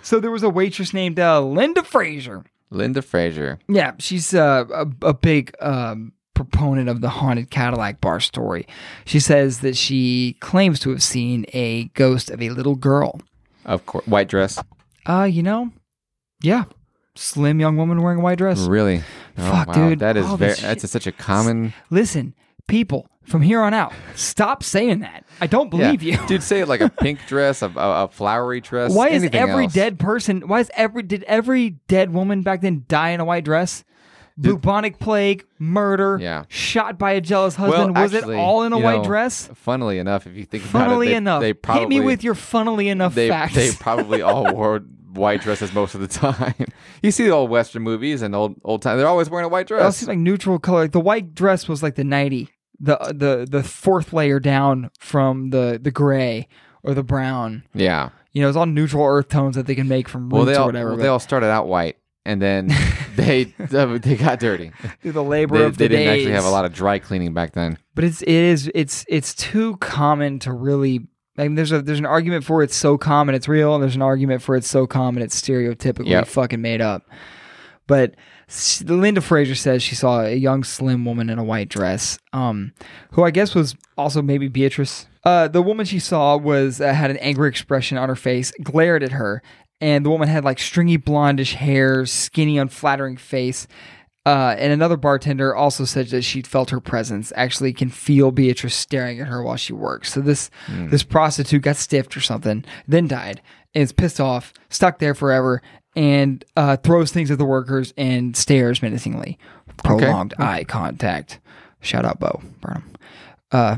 So there was a waitress named uh, Linda Fraser. Linda Fraser. Yeah, she's uh, a, a big um, proponent of the haunted Cadillac bar story. She says that she claims to have seen a ghost of a little girl. Of course, white dress. Uh, you know, yeah, slim young woman wearing a white dress. Really? Oh, Fuck, dude. That is All very. this shit. That's a- such a common. Listen, people, from here on out, stop saying that. I don't believe you. dude. Say it like a pink dress, a, a, a flowery dress. why is anything every else. dead person? Why is every did every dead woman back then die in a white dress? Bubonic plague, murder, Yeah. shot by a jealous Well, husband. was actually, it all in a you white know, dress? Funnily enough, if you think Funnily about it, they, enough, they probably hit me with your funnily enough they, facts. They probably all wore white dresses most of the time. You see the old Western movies and old old time. They're always wearing a white It all dress. seems like neutral color. The white dress was like the ninety, the the the fourth layer down from the the gray or the brown. yeah. You know, it's all neutral earth tones that they can make from Well, roots they all or whatever. well, but they all started out white, and then they uh, they got dirty. through the labor They, of they the didn't actually have a days. lot of dry cleaning back then. But it's it is it's it's too common to really. I mean, there's a there's an argument for it's so common it's real, and there's an argument for it's so common it's stereotypically Yep. fucking made up. But s- Linda Fraser says she saw a young slim woman in a white dress, um, who I guess was also maybe Beatrice. Uh, the woman she saw was uh, had an angry expression on her face, glared at her, and the woman had like stringy blondish hair, skinny, unflattering face. Uh, and another bartender also said that she felt her presence, actually can feel Beatrice staring at her while she works. So this this prostitute got stiffed or something, then died, and is pissed off, stuck there forever, and uh, throws things at the workers and stares menacingly. Prolonged eye contact. Shout out Bo Burnham. Uh,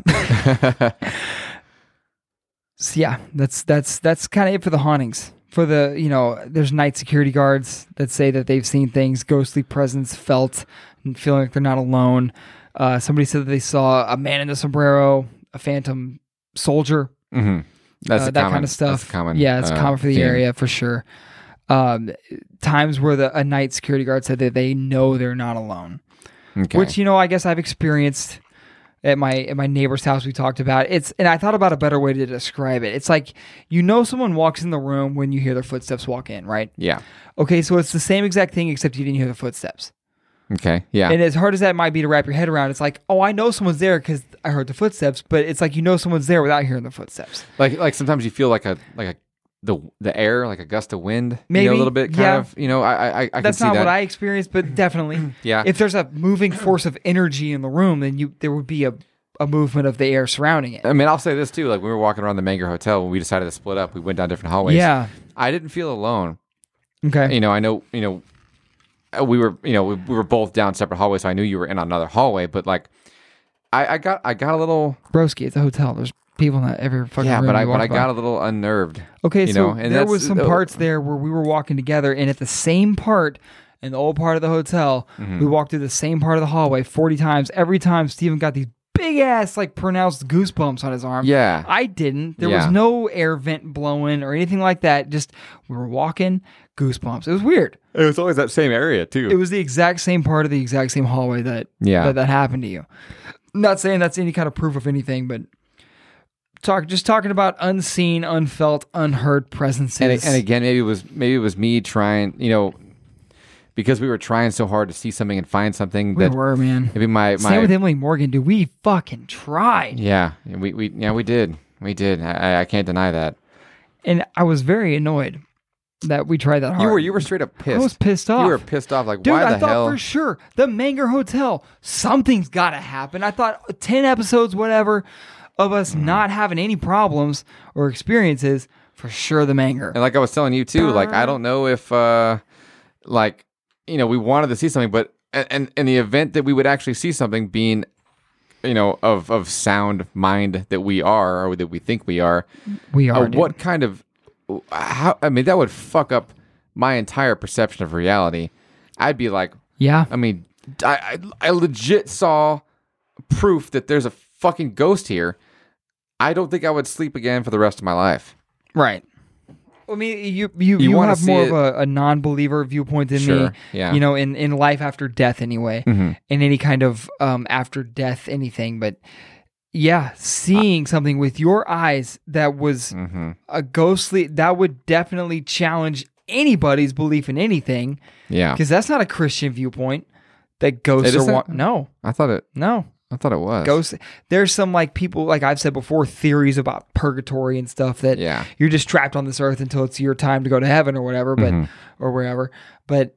so yeah, that's that's that's kind of it for the hauntings. For the you know, there's night security guards that say that they've seen things, ghostly presence felt, and feeling like they're not alone. Uh, somebody said that they saw a man in a sombrero, a phantom soldier, Mm-hmm. That's uh, a that common, kind of stuff. That's a common. yeah, it's uh, common for the theme. area for sure. Um, times where the a night security guard said that they know they're not alone, Okay. which you know I guess I've experienced at my at my neighbor's house. We talked about it's, and I thought about a better way to describe it. It's like you know someone walks in the room when you hear their footsteps walk in, right? yeah. Okay, so it's the same exact thing except you didn't hear the footsteps. Okay. Yeah. And as hard as that might be to wrap your head around, it's like, oh, I know someone's there because I heard the footsteps, but it's like you know someone's there without hearing the footsteps. like like sometimes you feel like a like a the the air like a gust of wind you know, Maybe, a little bit kind yeah. of you know I I I- I can that's see not that what I experienced, but definitely. Yeah. If there's a moving force of energy in the room, then you there would be a, a movement of the air surrounding it. I mean I'll say this too like we were walking around the Manger Hotel when we decided to split up we went down different hallways Yeah. I didn't feel alone Okay. you know I know you know uh, we were you know we, we were both down separate hallways so I knew you were in another hallway but like I I got I got a little Broski, it's a hotel. There's people in that every fucking yeah room but I you but walk I by. got a little unnerved Okay, you so know and there that's- was some uh, parts there where we were walking together, and at the same part, in the old part of the hotel, Mm-hmm. we walked through the same part of the hallway forty times. Every time, Steven got these big ass, like pronounced goosebumps on his arm. Yeah. I didn't. There Yeah. was no air vent blowing or anything like that. Just we were walking, goosebumps. It was weird. it was always that same area too It was the exact same part of the exact same hallway that Yeah. that, that happened to you. Not saying that's any kind of proof of anything, but. Talk, just talking about unseen, unfelt, unheard presences. and, and again maybe it was maybe it was me trying you know because we were trying so hard to see something and find something We that were, man. maybe my my Same with Emily Morgan, dude. We fucking tried. yeah we we yeah we did we did I- I, I can't deny that And I was very annoyed that we tried that hard. you were you were straight up pissed I was pissed off. you were pissed off like Dude, why I the thought hell for sure the Manger Hotel, something's got to happen. I thought 10 episodes, whatever, of us Mm-hmm. not having any problems or experiences, for sure the Manger. and like I was telling you too like I don't know if uh like you know we wanted to see something but and- and in the event that we would actually see something being you know of of sound mind that we are or that we think we are We are. Uh, dude. what kind of how i mean that would fuck up my entire perception of reality i'd be like Yeah. i mean i i, I legit saw proof that there's a fucking ghost here i don't think i would sleep again for the rest of my life Right. I mean, you you, You you, wanna have see more it- of a, a non-believer viewpoint than Sure, me. yeah. You know, in, in life after death, anyway, Mhm. in any kind of um, after death anything. But yeah, seeing something with your eyes that was Mm-hmm. a ghostly that would definitely challenge anybody's belief in anything Yeah, because that's not a Christian viewpoint. That ghosts It are isn't? wa- no, I thought it. no. I thought it was Ghosts. There's some like people, like I've said before, theories about purgatory and stuff that Yeah, you're just trapped on this earth until it's your time to go to heaven or whatever, but Mhm. or wherever. But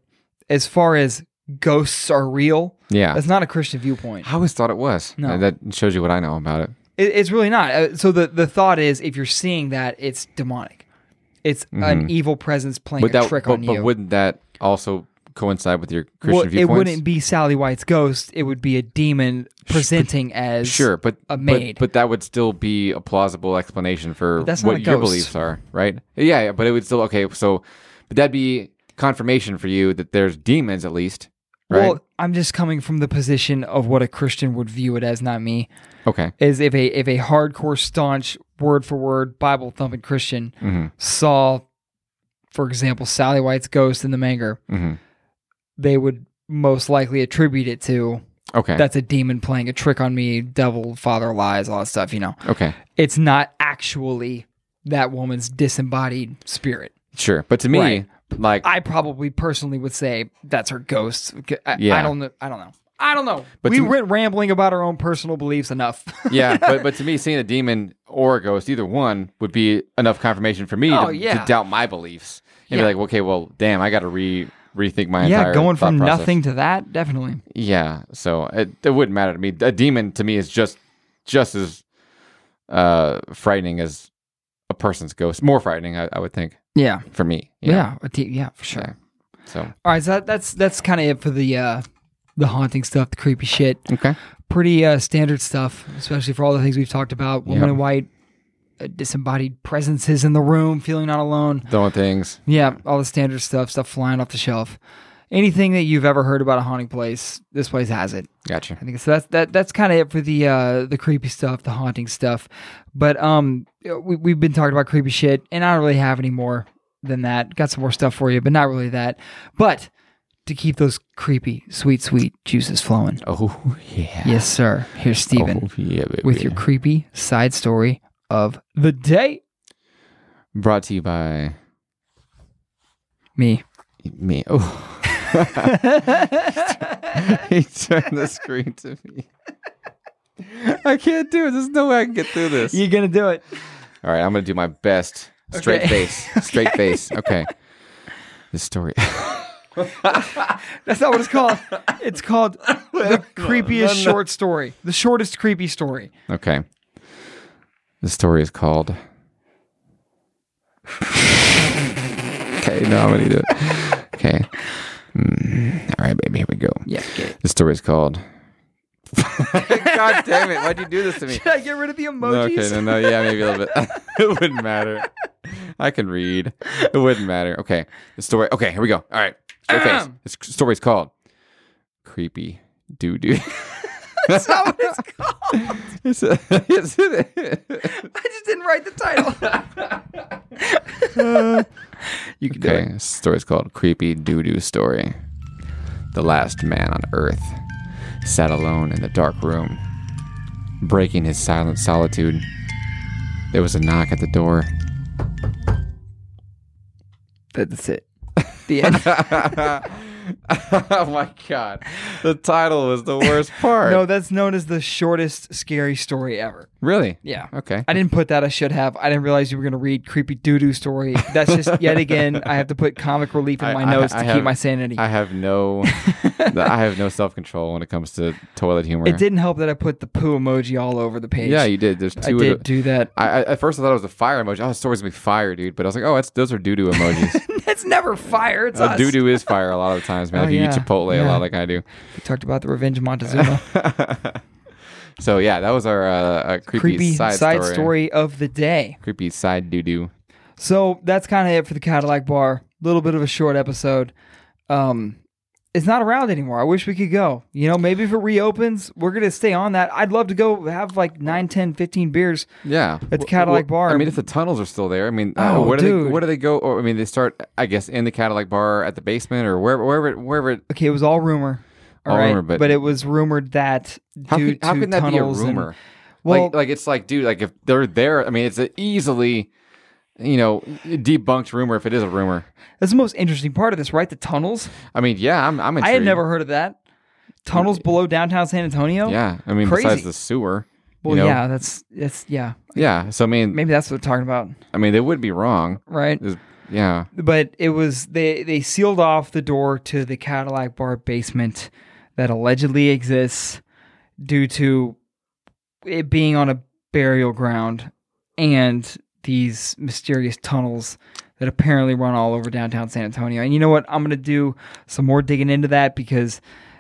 as far as ghosts are real, yeah. that's not a Christian viewpoint. I always thought it was. No. Uh, that shows you what I know about it. It, it's really not. Uh, so the the thought is, if you're seeing that, it's demonic. It's an evil presence playing But a that, trick Mm-hmm. but, on but you. wouldn't that also coincide with your Christian well, it viewpoints? wouldn't be Sally White's ghost. It would be a demon presenting as Sure, but a but- maid. But, that would still be a plausible explanation for that's not a what your ghost. beliefs are, right? Yeah, yeah, but it would still okay. So, but that'd be confirmation for you that there's demons at least, right? Well, I'm just coming from the position of what a Christian would view it as, not me. okay, is if a if a hardcore staunch word for word Bible thumping Christian Mhm. saw, for example, Sally White's ghost in the manger, Mhm. they would most likely attribute it to okay, that's a demon playing a trick on me, devil, father lies, all that stuff. You know, okay, it's not actually that woman's disembodied spirit. sure. But to me, Right. like, I probably personally would say that's her ghost. I, Yeah. I don't know. I don't know. I don't know. But we to- went rambling about our own personal beliefs enough. yeah, but but to me, seeing a demon or a ghost, either one would be enough confirmation for me Oh, to, yeah. to doubt my beliefs and Yeah. be like, okay, well, damn, I got to re rethink my yeah, entire going thought from process. nothing to that, definitely. Yeah, so it, it wouldn't matter to me. A demon to me is just just as uh frightening as a person's ghost. More frightening, I, I would think, Yeah. for me. you Yeah, know? a te- yeah, for sure. Yeah. So All right, so that, that's that's kind of it for the uh, the haunting stuff, the creepy shit. okay, Pretty uh, standard stuff, especially for all the things we've talked about: woman Yep. in white, uh, disembodied presences in the room, feeling not alone. throwing things. Yeah, all the standard stuff, stuff flying off the shelf. Anything that you've ever heard about a haunting place, this place has it. Gotcha. I think so. That's that. That's kind of it for the uh, the creepy stuff, the haunting stuff. But um, we we've been talking about creepy shit, and I don't really have any more than that. Got some more stuff for you, but not really that. But to keep those creepy, sweet, sweet juices flowing. Oh yeah. Yes, sir. Here's Steven Oh, yeah, baby. with your creepy side story of the day. brought to you by Me. me. Oh, he turned the screen to me. I can't do it. There's no way I can get through this. You're gonna do it. All right, I'm gonna do my best. Straight Okay. face. Straight face. Okay. This story. That's not what it's called. It's called the creepiest short story. The shortest creepy story. Okay. The story is called. okay, no, I'm gonna do it. Okay. Mm, All right, baby, here we go. Yeah. Get it. The story is called. God damn it! Why'd you do this to me? Did I get rid of the No, emojis? okay, no, no, yeah, maybe a little bit. it wouldn't matter. I can read. It wouldn't matter. Okay, the story. Okay, here we go. All right, straight face. Ahem. This story's called "Creepy Doo Doo." That's not what it's called. Is it- is it- I just didn't write the title. you can do Okay, it. this story's called Creepy Doo Doo Story. The last man on Earth sat alone in the dark room, breaking his silent solitude. There was a knock at the door. That- That's it. The end. oh my god. The title was the worst part. no, that's known as the shortest scary story ever. really? Yeah. Okay. I didn't put that. I should have. I didn't realize you were going to read creepy doo doo story. That's just yet again. I have to put comic relief in I- my I- notes I to have- keep my sanity. I have no I have no self-control when it comes to toilet humor. it didn't help that I put the poo emoji all over the page. Yeah, you did. There's two I of did the- do that. I, I at first I thought it was a fire emoji. Oh, the story's gonna be fire, dude. But I was like, oh, that's those are doo doo emojis. That's never fire. It's uh, us. doo doo is fire a lot of the times, man. Oh, if you yeah. eat Chipotle a Yeah. lot like I do. We talked about the revenge of Montezuma. So yeah, that was our uh, uh, creepy, creepy side, side, story. of the day. Creepy side doo doo. So that's kind of it for the Cadillac Bar. A little bit of a short episode. Um, is not around anymore. I wish we could go. You know, maybe if it reopens, we're going to stay on that. I'd love to go have like 9, 10, 15 beers Yeah, at the Cadillac Bar. I mean, if the tunnels are still there, I mean, uh, Oh, where do they dude. where do they go? Or I mean, they start, I guess, in the Cadillac bar at the basement or wherever wherever it- wherever. It, okay, it was all rumor. All All right, rumor, but- but, it was rumored that how due can, how to can that be a tunnels and- rumor? well, like, like it's like, dude, like if they're there, I mean, it's a easily, you know, debunked rumor if it is a rumor. that's the most interesting part of this, right? The tunnels. I mean, yeah, I'm I'm intrigued. I had never heard of that. Tunnels below downtown San Antonio. Yeah, I mean, besides Crazy. the sewer. Well, you know? yeah, that's that's yeah. yeah. So I mean, Maybe that's what they're talking about, I mean, they would be wrong. right? There's- yeah, but it was they they sealed off the door to the Cadillac bar basement that allegedly exists due to it being on a burial ground and these mysterious tunnels that apparently run all over downtown San Antonio. And you know what? I'm gonna do some more digging into that because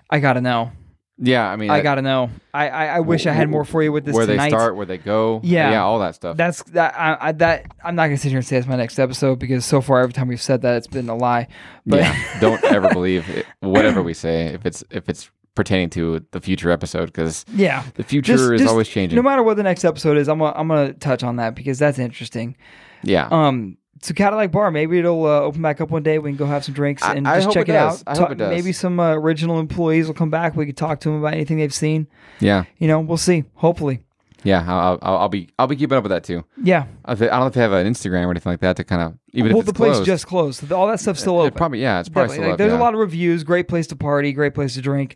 I gotta know. yeah. I mean, I that- gotta know. I I, I wish I had more for you with this where tonight. they start, where they go. Yeah. yeah, all that stuff. That's that. I, I that I'm not gonna sit here and say it's my next episode because so far every time we've said that it's been a lie. But yeah, don't ever believe it, whatever we say if it's if it's pertaining to the future episode because Yeah. the future Just- is just always changing. No matter what the next episode is, I'm gonna, I'm gonna touch on that because that's interesting. yeah, Um, so Cadillac Bar, maybe it'll uh, open back up one day. We can go have some drinks I- and I just hope check it it, does. out. I hope Ta- it does. Maybe some uh, original employees will come back. We could talk to them about anything they've seen. yeah, You know, we'll see. Hopefully, yeah. I'll, I'll, I'll be I'll be keeping up with that too. yeah. I thi- I don't know if they have an Instagram or anything like that to kind of even well, if it's the place closed, just closed. so All that stuff's still it open. probably yeah, it's probably Definitely. still Like, up, there's yeah. a lot of reviews. Great place to party. Great place to drink.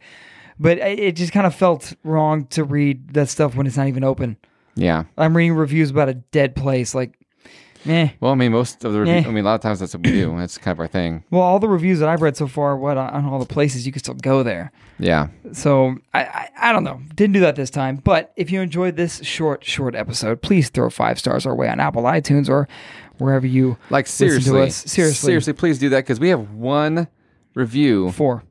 But it it just kind of felt wrong to read that stuff when it's not even open. yeah. I'm reading reviews about a dead place. Like, eh. Well, I mean, most of the review, Yeah. I mean, a lot of times that's what we do. That's kind of our thing. Well, all the reviews that I've read so far, what uh, on on all the places you can still go there. Yeah, So I, I, I don't know. Didn't do that this time. But if you enjoyed this short, short episode, please throw five stars our way on Apple iTunes or wherever you like Listen to seriously, us. Seriously. seriously, please do that because we have one review. for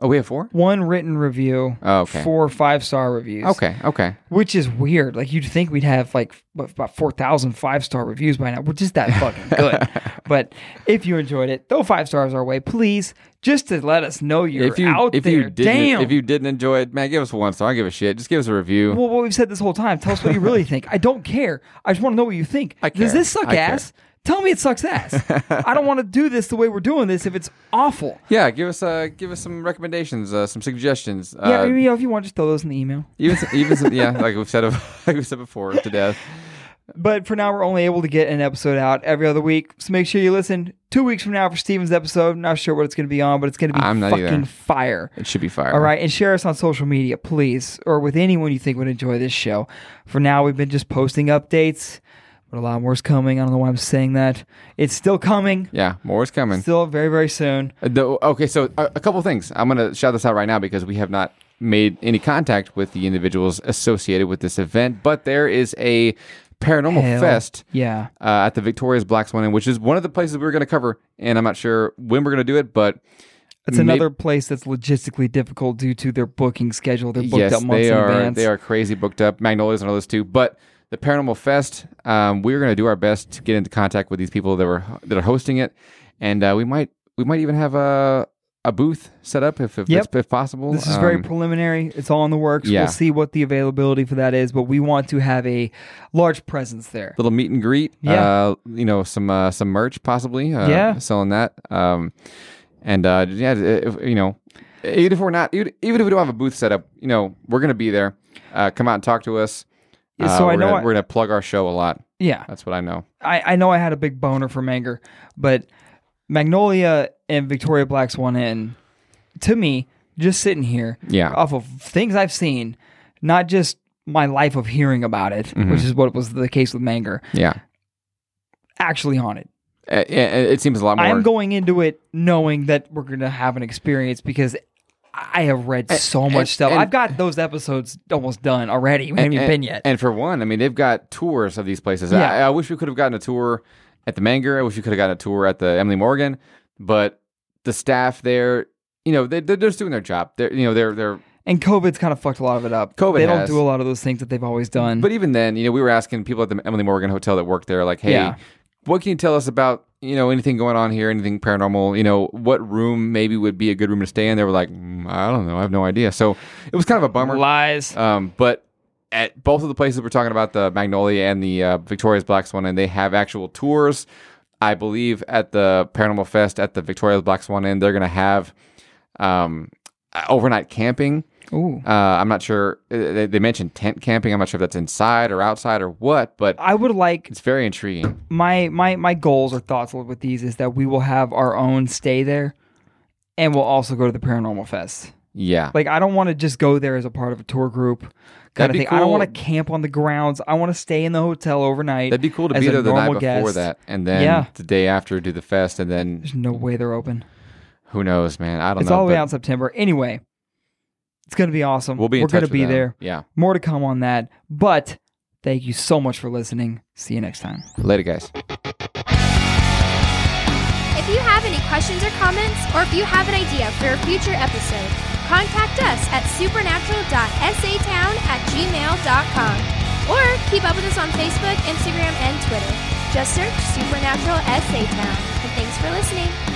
Oh, we have four. one written review, Oh, okay. four five star reviews. Okay, okay. which is weird. Like you'd think we'd have like what, about 4,000 five star reviews by now. We're just that fucking good. but if you enjoyed it, throw five stars our way, please, just to let us know you're if you out if there. you didn't Damn. if you didn't enjoy it, man, give us one. So I don't give a shit. Just give us a review. Well, what we've said this whole time. Tell us what you really think. I don't care. I just want to know what you think. I Does care. this suck I care. ass? Tell me it sucks ass. I don't want to do this the way we're doing this if it's awful. yeah, give us uh, give us some recommendations, uh, some suggestions. Yeah, uh, maybe you know, if you want, just throw those in the email. even some, even some, yeah, like we've said like we've said before to death. But for now, we're only able to get an episode out every other week. So make sure you listen two weeks from now for Steven's episode. I'm not sure what it's going to be on, but it's going to be I'm not fucking either. fire. It should be fire. All right, and share us on social media, please, or with anyone you think would enjoy this show. For now, we've been just posting updates, but a lot more's coming. I don't know why I'm saying that. It's still coming. Yeah, more is coming. Still very, very soon. Uh, though- okay, so a, a couple things. I'm gonna shout this out right now because we have not made any contact with the individuals associated with this event, but there is a paranormal Hell fest. Yeah. uh, at the Victoria's Black Swan Inn, which is one of the places we were going to cover. And I'm not sure when we're going to do it, but It's may- another place that's logistically difficult due to their booking schedule. They're booked yes, up months they in are advance. they are crazy booked up. Magnolia's on our list too, but the Paranormal Fest, um, we're going to do our best to get into contact with these people that were that are hosting it, and uh, we might we might even have a a booth set up if if, Yep. it's, if possible. This is very Um, preliminary. It's all in the works. yeah. We'll see what the availability for that is, but we want to have a large presence there. little meet and greet. Yeah. Uh, you know, some uh, some merch possibly. Uh, Yeah. Selling that. Um, and uh, yeah, if, you know, even if we're not, even, even if we don't have a booth set up, you know, we're gonna be there. Uh, come out and talk to us. Yeah, Uh, so I we're know gonna, I- we're gonna plug our show a lot. Yeah. That's what I know. I, I know I had a big boner for Manger, but Magnolia and Victoria Black's One Inn, to me, just sitting here, Yeah. off of things I've seen, not just my life of hearing about it, Mm-hmm. which is what was the case with Manger, Yeah. actually on it. Uh, It, it seems a lot more. I am going into it knowing that we're going to have an experience because I have read so much stuff. and- I've got those episodes almost done already. We haven't even been yet. And for one, I mean, they've got tours of these places. I- I, Yeah. wish we could have gotten a tour at the Manger. I wish we could have gotten a tour at the Emily Morgan, but the staff there, you know, they, they're just doing their job. They're, you know, they're they're And COVID's kind of fucked a lot of it up. COVID they don't has. do a lot of those things that they've always done. But even then, you know, we were asking people at the Emily Morgan Hotel that worked there, like, hey, Yeah. What can you tell us about you know anything going on here? Anything paranormal? You know what room maybe would be a good room to stay in? They were like, "Mm, I don't know, I have no idea. So it was kind of a bummer. Lies. Um, but at both of the places we're talking about, the Magnolia and the uh, Victoria's Black Swan, and they have actual tours. I believe at the Paranormal Fest at the Victoria's Black Swan Inn, they're going to have um, uh, overnight camping. Ooh. Uh, I'm not sure. uh, They, they mentioned tent camping. I'm not sure if that's inside or outside or what, but I would like it's very intriguing. my my my goals or thoughts with these is that we will have our own stay there, and we'll also go to the paranormal fest. Yeah. Like I don't want to just go there as a part of a tour group kind That'd of be thing. I don't cool. want to camp on the grounds. I want to stay in the hotel overnight. That'd be cool to as be a there the night normal before guest. that, and then Yeah. the day after do the fest, and then There's no way they're open. who knows, man? I don't It's know. all the but way out in September. Anyway, it's gonna be awesome. We'll be. In We're touch gonna with be them. there. Yeah. More to come on that. But thank you so much for listening. See you next time. Later, guys. If you have any questions or comments, or if you have an idea for a future episode, contact us at supernatural.satown at gmail.com. Or keep up with us on Facebook, Instagram, and Twitter. Just search Supernatural SA Town. And thanks for listening.